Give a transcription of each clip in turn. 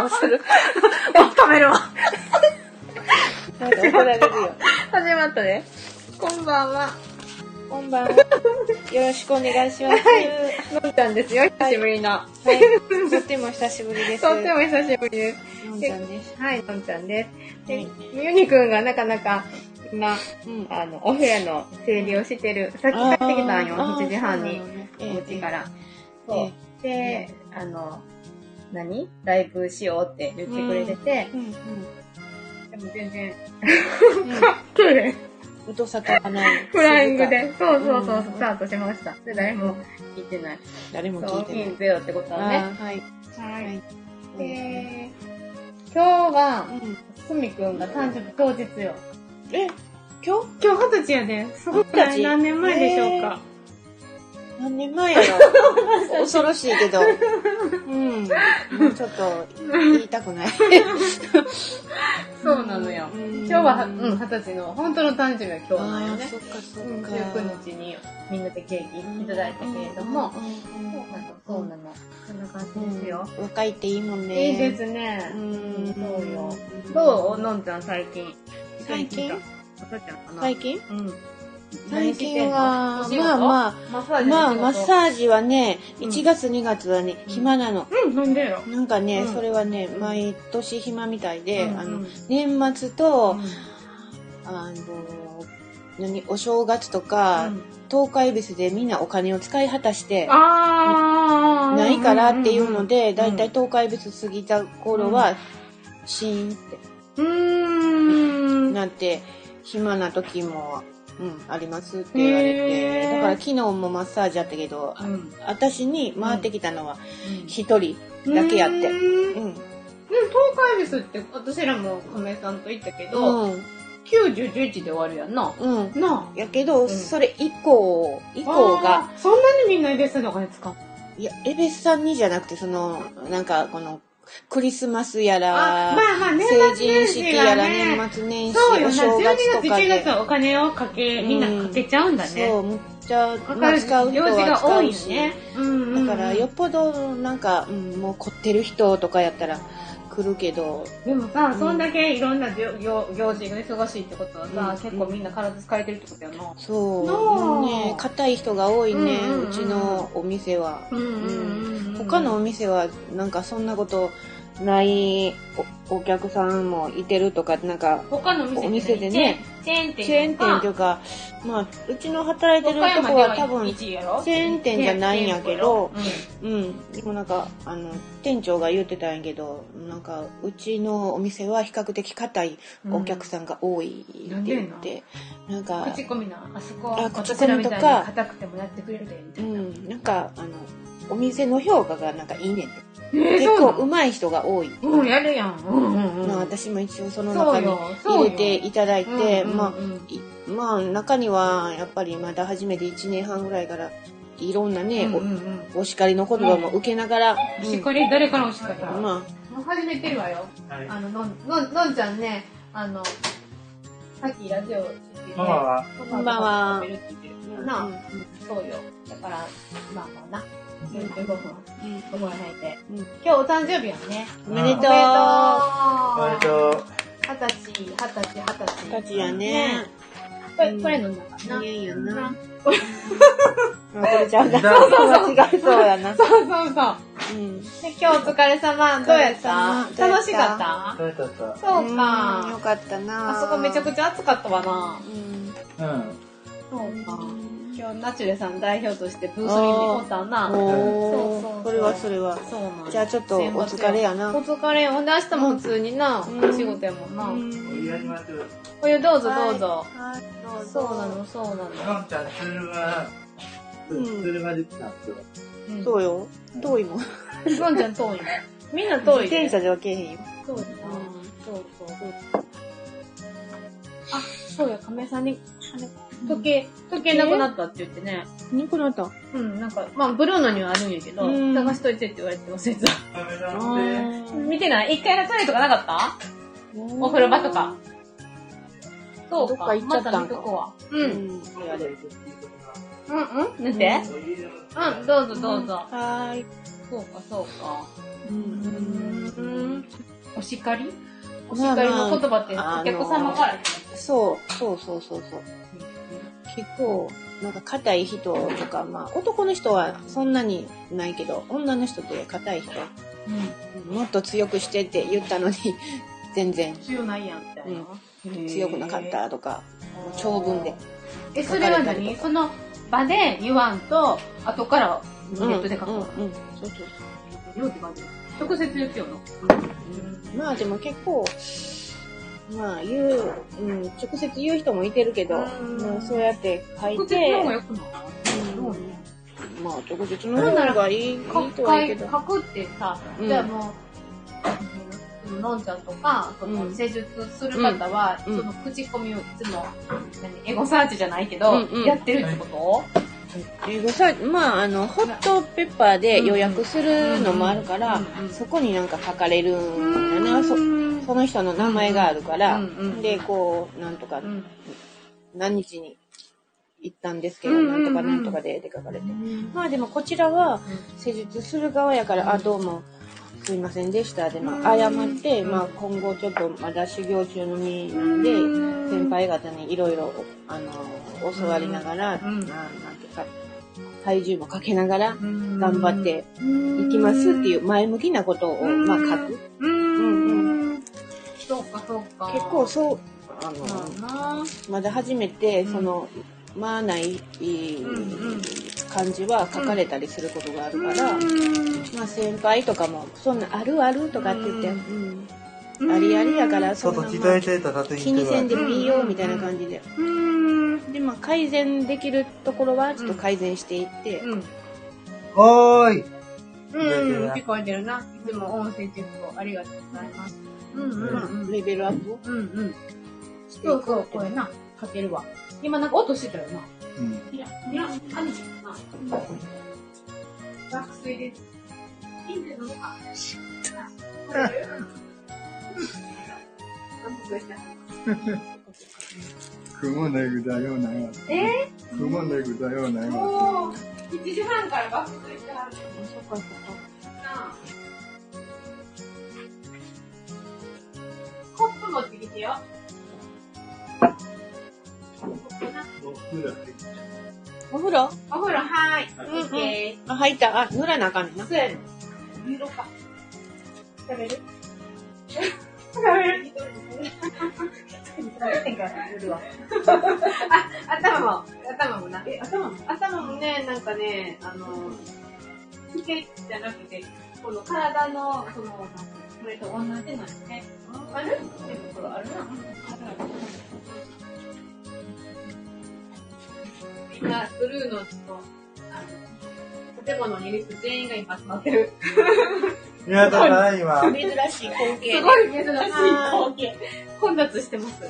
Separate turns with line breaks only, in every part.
も する。
食べるわ。
なんか怒られるよ。
始まったね。こんばんは。
こんばんは。よろしくお願いします。は
のんちゃんですよ。久しぶりの。
い。とっても久しぶりです。
とっても久しぶりです。
のんちゃんです。
はい、のんちゃんです。で
はい、
ゆにくんがなかなか、今、
うん。
あの、お部屋の整理をしてる。さっき帰ってきたんよ、8時半に、お家か。ら。
え
そう。で、あの、何ライブしようって言ってくれてて、
うんうん。
でも全然、
う
トイレ
ん。音沙汰がない。
フライング。で、そうそうそう、
うん
スタートしました。で、誰も聞いてない。
誰も
そ
聞
う、
いてない
金。ゼロってことだね。
あーはい。
は。
はいい。
で、今日は
う、ん。
すみくんが誕生日当日よ。
え、今日
今日二十歳やで。すごく
二
な
十
い
歳
何年前でしょうか。
何年前やろ恐ろしいけど。うん。もうちょっと言いたくない。
そうなのよ。
うん
今日は、うん、二十歳の、本当の誕生日は今日なの
ああ、
ね。
そっかそっ
うん
か。
19日にみんなでケーキいただいたけれども、
うんうんうん
そうなの。そんな感じですよ。
うん若いっていいもんね。
いいですね。
うん。
そうよ。どうのんちゃん最近。
最近
赤ちゃんかな
最近
うん。
最近は
何、してんの
まあまあ、
マッサージ
まあ、マ
ー
ッサージはね、
うん
1月2月はね、暇なの。
ジ。うん、なんでよ。
なんかね、
うん
それはね、毎年暇みたいで、
うん
あ
う
の
ん、
年末と、あの、何、お正月とか、
うん
東海別でみんなお金を使い果たして、
あー
ないからっていうので、だいたい
うん
東海別過ぎた頃は、シーンって
うーん。
なって、暇な時も、うん、ありますって言われ
へ
て、
ー
だから昨日もマッサージやったけど、あ
うん
私に回ってきたのは一人
うん
だけやっ
うー
て。
んで
う
も
ん。
東海ビスって私らも亀井さんと言ったけど、
うん。
90、11で終わるやんな。
うん。
なあ。
やけ
うん
ど、それ以降、以降が、
あー。そんなにみんなエベスのお金使う
いや、エベスさんにじゃなくて、その、なんか、この、クリスマスや
あ、
ら、
まあまあ、年
成
末
人
年
式
始
や
が
ら
ね。
年末年始、
そうよ
お
な、
正
12
月と
月、
か
1
で
月。はお金をかけ、
うん
みんなかけちゃうんだ
そ
ね。
う、むっちゃ、
か
ま
か
あ
る
使う人
用事
は
が多
使
いうよ
し、
ね。うんうんうん
だから、よっぽど、なんか、うん、もう凝ってる人とかやったら来るけど、
でもさ、
ん
そんだけいろんな行行行事が忙しいってことはさ、
うん
結構みんな体疲れてるってことやな。
そう、
なあ
もうね、硬い人が多いね、
うんうんうん
うちのお店は。
うんうんうん。
他のお店はなんかそんなことないおお客さんもいてるとかなんか
他のお店って
お店でね
チェーンチ
チ
ェー
ェー
ン店と
ン
か
店というかまあうちの働いてる
岡
と
山
こ
で
は
は
多分
1位やろ
チェーン店じゃないんやけど、
うん
うんでもなんかあの店長が言ってたんやけどなんかうちのお店は比較的硬いお客さんが多いって言って、なんか
口コミなあそこ
あ口コ
私らみ
ミと
た
か
いに硬くてもやってくれるでみた
う
いな、
んなんかあのお店の評価がなんかいいねんって
えー
結
そうな
構
の
上手い人が多い、
うんやるやんうんうんうん、
まあ、私も一応その
そ
中
う
に
よそう
入
よ
れていただいて、
うんうんうん
まあいまあ中にはやっぱりまだ初めて1年半ぐらいからいろんなね、
うんうんうん
おお叱りの言葉も受けながら、
お
うん
叱り誰からお叱りも
ま
う始めてるわよあののんのんのんちゃんねあのさっきラジオ聞いてて
ママは
こんばんは
食べるって言ってる
あ、
なあ、
うん
そうよ。だから、まあまあな、15分、
うん
5分入って。
うんうん
今日お誕生日やね。
おめで
おめ
とう
でとう。
割と
二十歳、二十歳、二十歳。
二十歳やね。
これ、これ飲んだかな。
いやいや
な
な。あこれちゃうな。
そう
そう
間違えそうやな。
そうそうそう。
うん。
で、今日お疲れ様。どうやった
お疲れ様
楽しかっ
取れとった
たそう
うんよ
か。
かったな。
あそこめちゃく
ち
ちゃ暑かったわな。
うん。
うん
そうか。
うん
今日、ナチュレさん代表としてブースに行ってこったな。
お
そうそうそう
ー、それはそれは。
そうなん
じゃあちょっとお疲れやな
お疲れ。ほんで明日も普通にな、
うん
お仕事やもんな。
お湯やりましょう
お湯どうぞどうぞ。
はいどうぞ
そうなの、そうなの。
のんちゃん車
うん
車で来たんですよ
うん
そうよ。遠いもん。
のんちゃん遠いね。みんな
自
遠いね。
転車ではけえへんよ。
そうだな。そうそう。あ、そうや、亀井さんに、あれ時計、時計なくなったって言ってね。
なくなった。
うん、なんか、まあ、ブルーノにはあるんやけど、
うん
探しといてって言われて忘れてた。
カメ
あ
ラで
ー
見てない一回のトイレとかなかったお風呂場とか。。そうか。
どっか行っちゃったんか
ま見とこわ。
う
うん。うん
ん。
うん寝て。
お湯
うん、どうぞどうぞ。
はーい。
そうか、そうか。
う
うー
ん。
ん。お叱りお叱りの言葉ってお客様からですね
そうそうそうそうそう結構なんか硬い人とかまあ男の人はそんなにないけど女の人って硬い人
うん
もっと強くしてって言ったのに全然
強ないやんみたいな
強くなかっ
へ
たとか長文で
ーえそれは
書かれたり
何
とか
その場で言わんと後からネットで書くの
うんうんそうそう
よって感じ直接言ってよの
そうまあでも結構まあ言う、うん、直接言う人もいてるけど、
うん
もうそうやって書い
直接
て
の方がよくないどうね
まあ直接の方がいいいい
書
とはいいけ
く
ど
書くってさ、
うん
じゃあもう、のんちゃんとか、その
うん
施術する方は、
うん
その口コミをいつも、何エゴサーチじゃないけど、
うんうん
やってるってこ
英語さまああのホットペッパーで予約するのもあるから、
うんうん
そこになんか書かれる
と、
んだなそその人の名前があるから、
うんうん
でこうなんとか、
うん
何日に行ったんですけど、
うんうんうん
なんとかなんとかで出かかれて、まあでもこちらは施術する側やから、あどうもすいませんでしたで、まあ、謝って、まあ、今後ちょっとまだ修行中の身なんで、先輩方にいろいろあの教わりながら、
うん
ななんていうか体重もかけながら頑
頑。
張っていきますっていうう前向きなことを、
うん
まあ、書く
うん
うん
そうか、そうか。
結構そうあの、
そうやな。
まだ初めて
うん
その、まあない
んうん
感じは書かれたりすることがあるから、まあ先輩とかも「そんなあるある」とかって言って、うんありありやからそんな、
外
まあ
鍛えてたらと
気にせんでもいいよみたいな感じで、
うん。
でまあ改善できるところはちょっと改善していって、
うん。
おーい
うん、聞こえてるな。いつも音声チェックをありがとうございます。うんうん
まあ
うん。
レベルアップを
うんうん。
してい
そう
こ
そうう
っ、て
これな。かけるわ。今なんか音してたよな。
うん
いや、いや、兄貴な。爆睡です。いいんだよ、なんか。これ。満足した
雲の具だよなよ
え
雲の具だよな
ー、
よ
もう、1時半から爆睡してはる
そっかそっか
な。コップ持ってきてよ。
僕ら
お風呂
お風呂、はーい。
うんうん
オッケ
あ入ったあ塗らなあかんねん
ー。
な
そうやねん。見ろか。食べる食べる一人で食べる一人で食べてんから食べるわ。あ、頭も、頭もな。え、頭も頭もね、なんかね、あの、ひけじゃなくて、この体の、その、これと同じなんでね。あるってところあるな。みんな、ブルーの、ちょっと、あの、建物にいる人全員が今集まってる。
宮田さん今
珍しい光景
す
で
ごい珍しい光景。混雑してます。うん。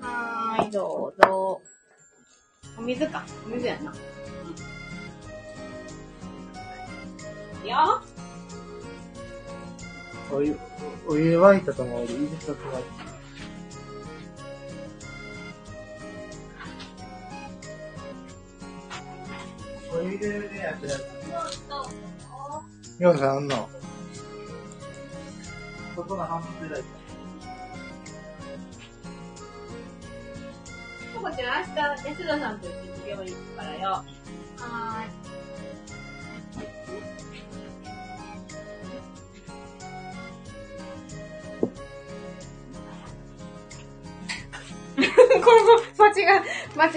はーい、どうぞ。お水か。お水やな。うんいや
お湯お湯沸いたと思ういいですかお湯でねやってないようさんあんのそこの半分ぐらい
ぽこちゃん、明日、安田さんと一緒に授業に行くからよ。はーい。これも、間違う、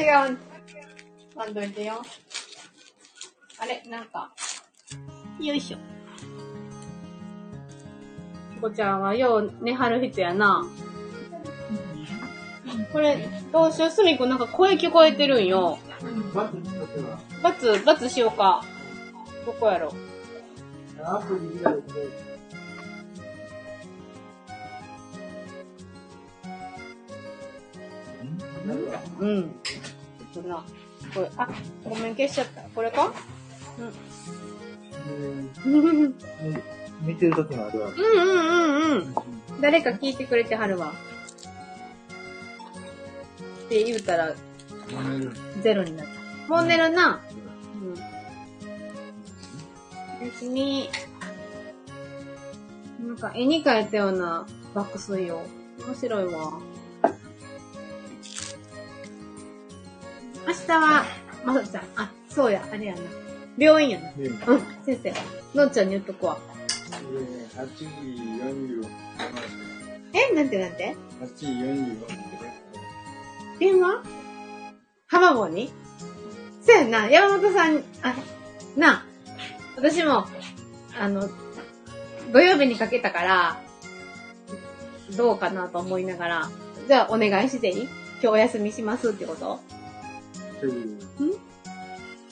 間違う。待っといてよ。あれ、なんか。よいしょ。ぽこちゃんはよう寝はる人やな。これ、どうしよう、すみくんなんか声聞こえてるんよ。
バツ2とは
バツ、バツしようか。どこやろ
アプリ以外で
うん。ちょっとな。これ、あ、ごめん消しちゃった。これか
うん
うんうん
見てる時もあるわ
うんうん。誰か聞いてくれてはるわ。って言うたら、
うん
ゼロになった。もう寝るな。うん。おやすみ。なんか絵に描いたような爆睡を。面白いわ。明日は、まさきさん、あ、そうや、あれやな。病院やな。
で、
うん、先生。のんちゃんに言っとこわ。
8時45分。
えなんてなんて
8時45分。
電話ハマボンにそうやんな、山本さんに、あ、なあ、私も、あの、土曜日にかけたから、どうかなと思いながら、じゃあお願いしていい今日お休みしますってこと
今日、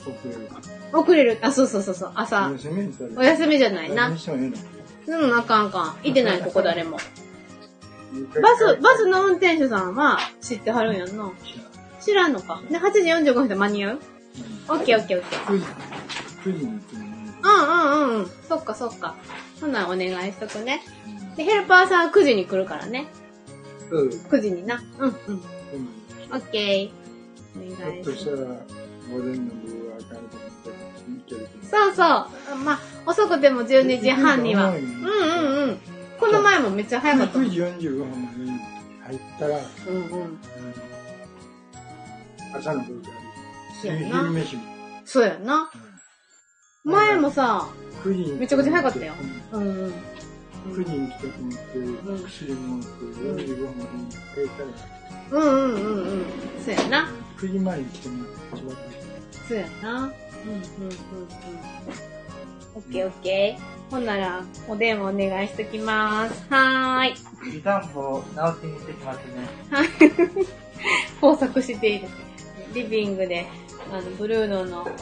遅れる。
遅れる、あ、そうそうそうそう、朝、
休みにしたら
お休みじゃないな
何。してもいいの
うん、あかんあかん。いてない、ここ誰も。
一回
バス、バスの運転手さんは知ってはるんやんな。知らんのか。で、8時45分で間に合うオッケーオッケーオッケー。
9時、9時に行ってもいいの
うんうんうん。そっかそっか。ほな、お願いしとくね。で、ヘルパーさんは9時に来るからね。
うん。
9時にな。うんうん。
うん
オッケー。お
ひょ
願
っ
い
と
し
した
ま
ら
す。、
午前の部はあかんと思って、いけると
そうそう。まあ、遅くても12時半には。う
12
ん
時半
うんうん。この前もめっちゃ早かった。う
思う。9
ん
時45分までに入ったら、
うん。
朝の部が
そうや
昼
な。
飯も。
そうやな。前もさ、
9時に
めちゃくちゃ早かったようんうん。
9時に来たと思って、9時もって、45分までに帰ったら、
うんうんうんうん。そうやな。
9時前に来てもらって、
そうやな。うんうんうんうん。オッケーオッケー。ほんなら、お電話お願いしときます。はーい。
湯たんぽを直しに行ってきますね。
工作している。リビングで、あの、ブルーノの、あの、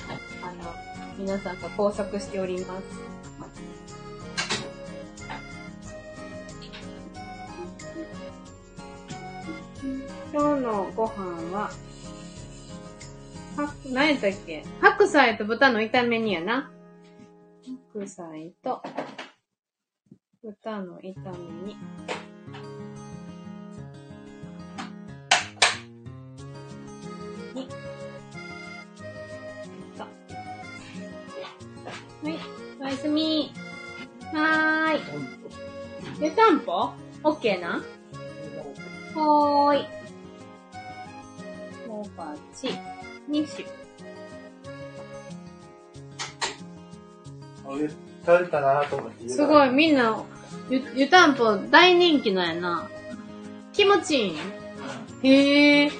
皆さんが工作しております。今日のご飯は、は、何やったっけ白菜と豚の炒め煮やな。白菜と、豚の炒め煮。はい。おやすみ。はーい。湯たんぽオッケーなほーい。もうばち、にし。
あれ、食べたなと思って。
すごい、。みんな、ゆ、湯たんぽ大人気なんやな。気持ちいいんへえ。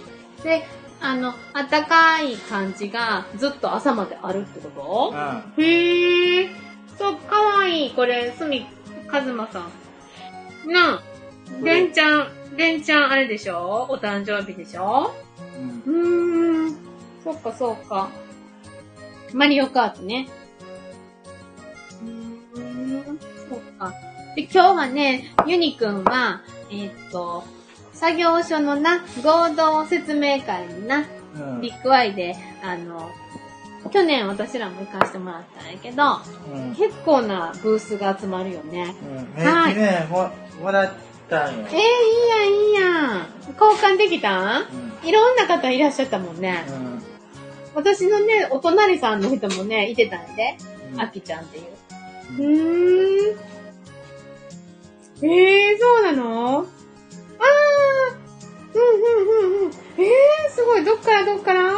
で、あの、あったかい感じがずっと朝まであるってこと
うん。
へえ、そう、かわいい、これ、すみ、かずまさん。なあ、
れ
でんちゃん、でんちゃんあれでしょお誕生日でしょ
うん
うーん、そっかそっか。マリオカートね。うーん、そっか。で、今日はね、ユニくんは、えーっと、作業所のな、合同説明会にな、
うん。
ビッグワイで、あの、去年私らも行かしてもらったんやけど、
うん。
結構なブースが集まるよね。
うん。
は
ね、
い
ね、も、もらったんよ。
えー、いいやん、いいやん。交換できたん
うん。
いろんな方いらっしゃったもんね。
うん。
私のね、お隣さんの人もね、いてたんで、あきちゃんっていう。うーん。えー、そうなのあー、うんうんうんうん。えー、すごい。どっからどっから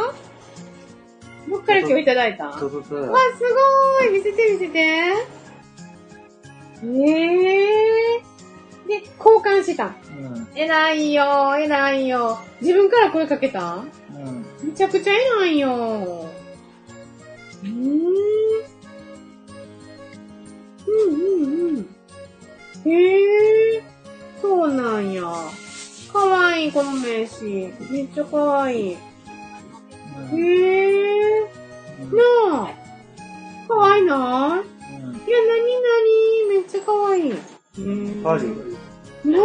どっから今日いただいた
そうそうそう
わ、すごーい見せて見せてええー、で、交換した。
うん。
偉いよー、偉いよー。自分から声かけた
うん。
めちゃくちゃ偉いよー。うーん。うんうんうん。へえー、そうなんや。かわいい、この名刺。めっちゃかわいい。へえ
うん
ー、なあ。かわいないいや、な
うん。
になにめっちゃ可愛い。
パリ。
なあ。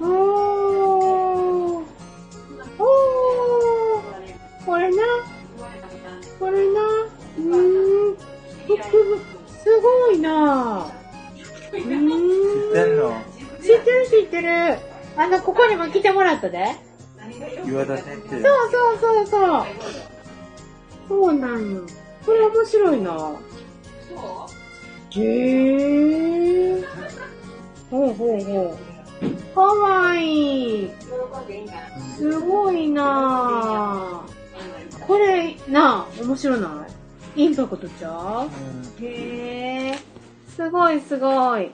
おー。おー。これな。これな。うーん。すごいなあ。う
知
ーん。
ってんの
知ってる知ってる。あの、ここにも来てもらったで。
岩田先
そうそ
生。
うそうそう。そうなんよ。これ面白いな。へえー。ほうほう。かわいい。
喜んでいいんかな。
すごいなぁ。これ、なぁ、面白ない。インパクトちゃうへえ、すごいすごい。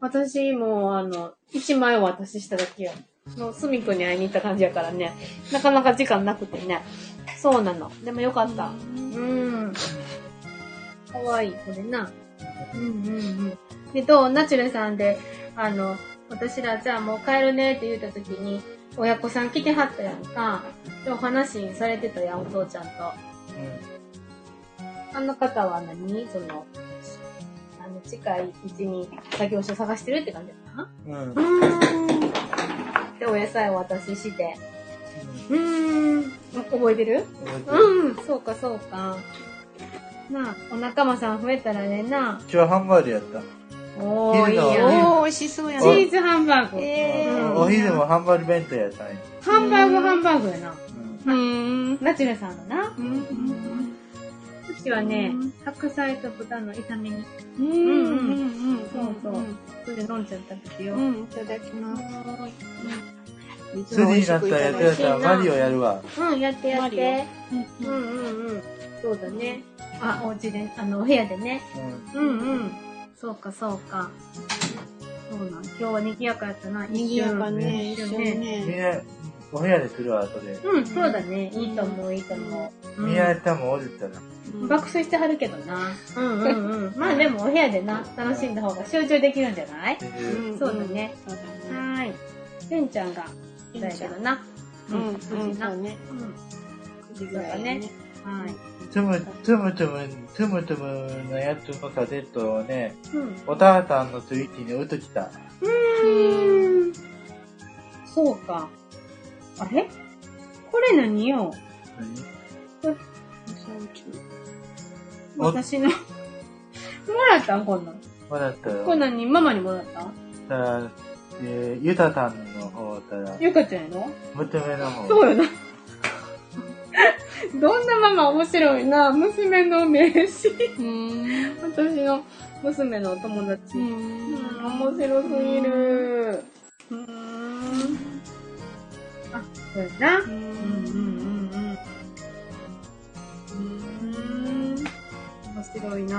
私、もう、あの、一枚を渡ししただけよ。の、すみくんに会いに行った感じやからね。なかなか時間なくてね。そうなの。でもよかった。うん。かわいい、これな。うんうんうん。で、どうナチュレさんで、あの、私ら、じゃあもう帰るねって言った時に、親子さん来てはったやんか。で、お話されてたやん、お父ちゃんと。あの方は何その、あの、近いうちに作業所探してるって感じだったな。
うん。うん。
で、お野菜をお渡しして。うーん。覚えてる
覚えてる
うん。そうか、そうか。なあ、お仲間さん増えたらねな。
今日はハンバーグやった。
お
ー
ー、いいやん。
おー、美味しそうや
チ
な。
ーズハンバーグ。
え
うん
お昼もハンバーグ弁当やったんや。
ハンバーグ、ハンバーグやな。
ー。うん。
ナチュラさんのな。
うん。
うちはね、白菜と豚の炒め煮。
うん。うん。
そうそう。それで飲んじゃったんですよ。
うん。いただきます。
筋になったらやってやったらマリオやるわ。
うん、やってやっ
マリ
て。うんうんうん。そうだね。あ、お家で、あの、お部屋でね。
うん。
うんうん。そうか、そうか。そうなん。今日は賑やかやったな。
にぎやかね、一緒に
みん
ね。
な、お部屋で来るわ、後で。
うん、そうだね。いいと思う、いいと思う。うん
みんな多分おるったら。
爆睡してはるけどな。うんうん うん。まあでもお部屋でな、楽しんだ方が集中できるんじゃないそうだね。
そう
は
だ
ー
ね。
い。てんちゃんが、だけどな。
うん。うん。
そうだ
そう
な。
ね。
うん。
9時ぐらいね。
はい。
つむ、つむつむ、つむつむのやつのカセットをね、
うん。
おたあさんのスイッチに打っときた。
うーんそうか。あれこれ何よ
お
私の 。もらったんこんなん。
まだった
こん
よ。
なんにママにもらった
たら、えー、ゆたさんの方から、
ゆかちゃんやろ
娘の方。
そうよな。 どんなママ面白いな。娘の名刺。
うん。
私の娘のお友達。うん、面白すぎる。うーん。あ、そうやな。うんうんうんうん。うーん。面白いな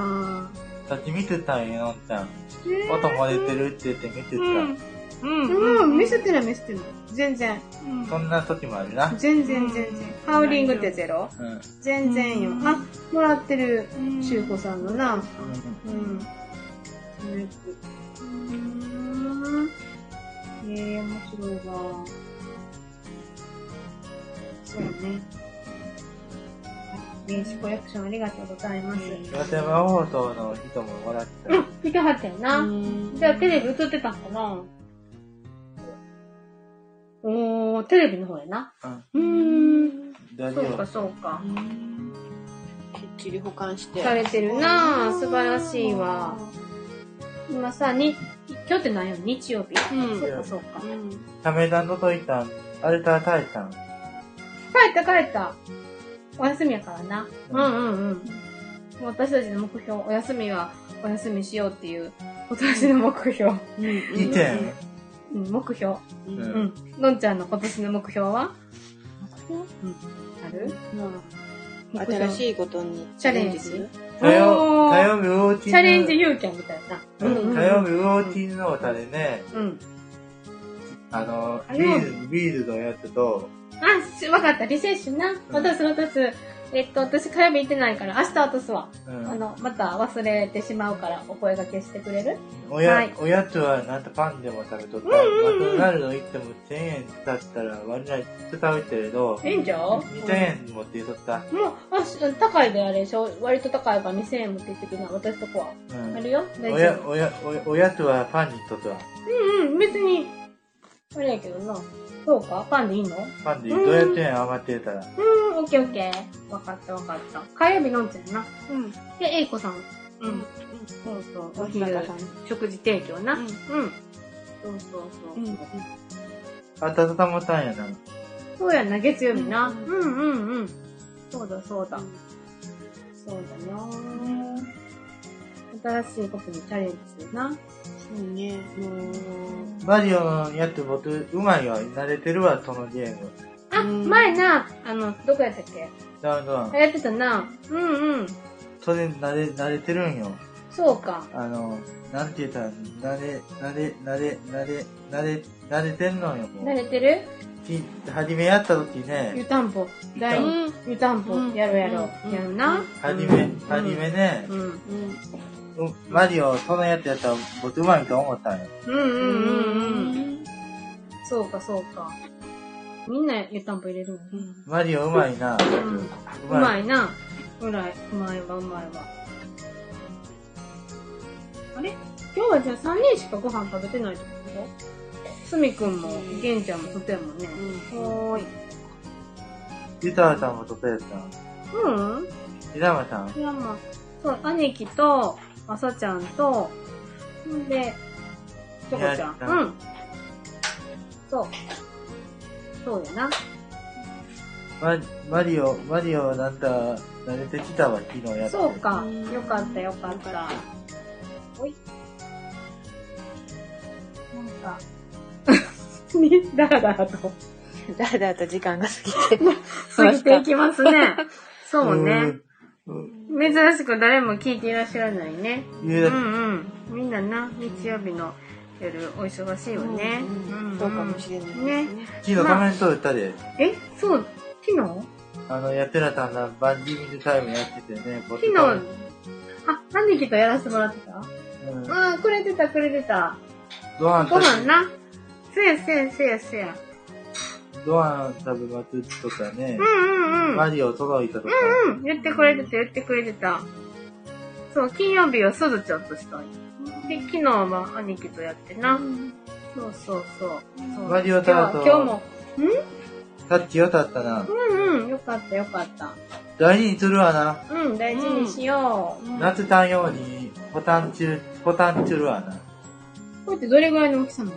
さっき見てたんよ、のんちゃん。
ぁ。
音漏れてるって言って見て
う
た。
ん。
うん、見せてない見せてない。全然。
そんな時もあるな。
全然全然。ハウリングってゼロ
うん。
全然よ。あ、もらってる、
うん
しゅうこさんのな。
う
うん。うん。ええ、面白いわ。そうね。名刺コレクションありがとうございます。
ん。岩手山放送の人ももらってた。
見てはったよな。じゃあテレビ映ってたんかなおー、テレビの方やな。うーん。
大丈
そう
夫
か、。そうか。
きっちり保管して。
されてるなぁ。素晴らしいわ。今さ、に、今日って何曜日日曜日
うん
そうか、そうか。帰
ためだのといたん、あれたたいたん。
った、帰った。お休みやからな。う
うん
んうんうん。私たちの目標、お休みはお休みしようっていう、今年の目標。
うん。
いい点。
うん、目標。
う。
う
う
ん。
んん。のんちゃんの今年の目標はある
新しいことにチャレンジする。
火
おー
曜、火曜日ウォーチ
チ
ン
ャレンジ勇気みたいな。
火曜日ウォーチンの歌でね、
うん。
あの、
火
ビ
曜
ール、ビールのやつと、
あ、しわかった。リセッシュな。渡す渡す。えっと、私火曜日行ってないから、明日渡すわ。
う
あ
ん、
の、また忘れてしまうから、お声掛けしてくれる
おや、
はい
おやつはなんとパンでも食べとった。マクドナルド行っても1000円使ったら割合使うけれど、
ええんちゃう
2000円持っていとった。
もう、あ、し高いであれでしょ割と高いから2000円持って行ってくれな。私とこは。
う
あ
ん。
るよ大
お
丈
や、
夫。
おや、おやおやつはパンにとったわ。
うんうん、別に。あれやけどな。そうかパンでいいの
パンで500円余ってたら。
うん、オッケーオッケー。わかったわかった。火曜日飲んちゃうな。
うん。
で、えいこさん。う
うんん。
そうそう。
お
お
ひ
昼
なさん。
食事提供な。う。
うんん
そうそうそう。
うん。
温まったんやな。
そうやんな、月曜日な。う
うんん
うんうん。そうだそうだ。そうだよー新しいことにチャレンジするな。
そうね。もう、
マリオのやつ僕、うまいわ。慣れてるわ、そのゲーム。
あ、前な、あの、どこやったっけ
だから
あ、やってたな。うんうん。
それ慣れ、慣れてるんよ。
そうか。
あの、なんて言ったら、慣れ、慣れ、慣れ、慣れ、慣れ、慣れてんのよ、も
慣
う。
れてる
き初めやった時ね、
湯たんぽ。第
う
二湯たんぽ。やろうやろう。やるな。
初め、初めね、
うん。うん
うん。
うマリオ、そのやつやったら僕うまいと思ったんよ。
うんうんうん。そうかそうか。みんな湯たんぽ入れるもん。
マリオうまいな、
ん
う
うま
い。
いな。うらい。うまいわ、うまいわ。あれ今日はじゃあ3人しかご飯食べてないってことすみくんも、げんちゃんも外やもんね。はーい。
ギターさんもとこやったん。
うん
平間さん、
いや、まあ、そう、兄貴と、あさちゃんと、んで、ちょこちゃん。
やりたい
うん。そう。そうやな。
ママリオ、マリオなんか慣れてきたわ、昨日やって。
そうか
うん。
よかった、よかった。おい。なんか、 に、だらだらと、
だらだらと時間が過ぎて。
過ぎていきますね。そうね。
うん。うん
珍しく誰も聞いていらっしゃらないね。
言
う
うだ
んうん。みんなな、日曜日の夜、お忙しいよね。んん
そうかもしれないですね。
ね。
昨日画面撮ったで、
え、そう、昨日
あの、やってらたんだ、バンディミングタイムやっててね、昨
昨日、あ、兄貴とやらせてもらってた
うん、
ああ、くれてた、くれてた。
ご飯
ご飯
食べ、
な。せやせやせやせや。
ご飯食べまくっとかね
う、んうんうん。
マリオ届いたとか、
うん、言ってくれてた、言ってくれてた。そう、金曜日はすずちゃんとしたんよで、昨日は兄貴とやってな。そうそうそう。そう
マリオタワーと
今日は今日も。
さっきよかったな。
うんうん、よかったよかった。
大事にするわな。
うん、大事にしよう。
なってたんように、ボタンチュル、ボタンチュルわな。
これってどれぐらいの大きさなの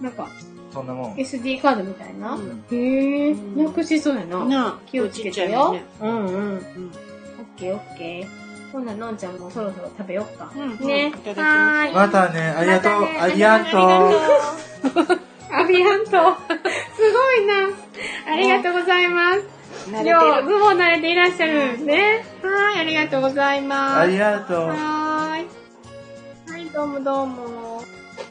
なんか、
そんなもん。
SD カードみたいな。
うん
へえ、
うん
なくしそうやな。
なあ、
気をつけ
ちゃ
て
い
よ。
ね。
うんうん。オッ
うん。
ケーオッケー。ほんならのんちゃんもそろそろ食べよっか。
うん
ね。
いただきます
はーい。
またね、ありがとう、
またね
ありがとう。
アビアント。すごいな。ありがとうございます。
慣
今
れ
日、
てる。
もう慣れていらっしゃるんですね。はーい、ありがとうございます。
ありがとう。
はーい。はい、どうもどうも。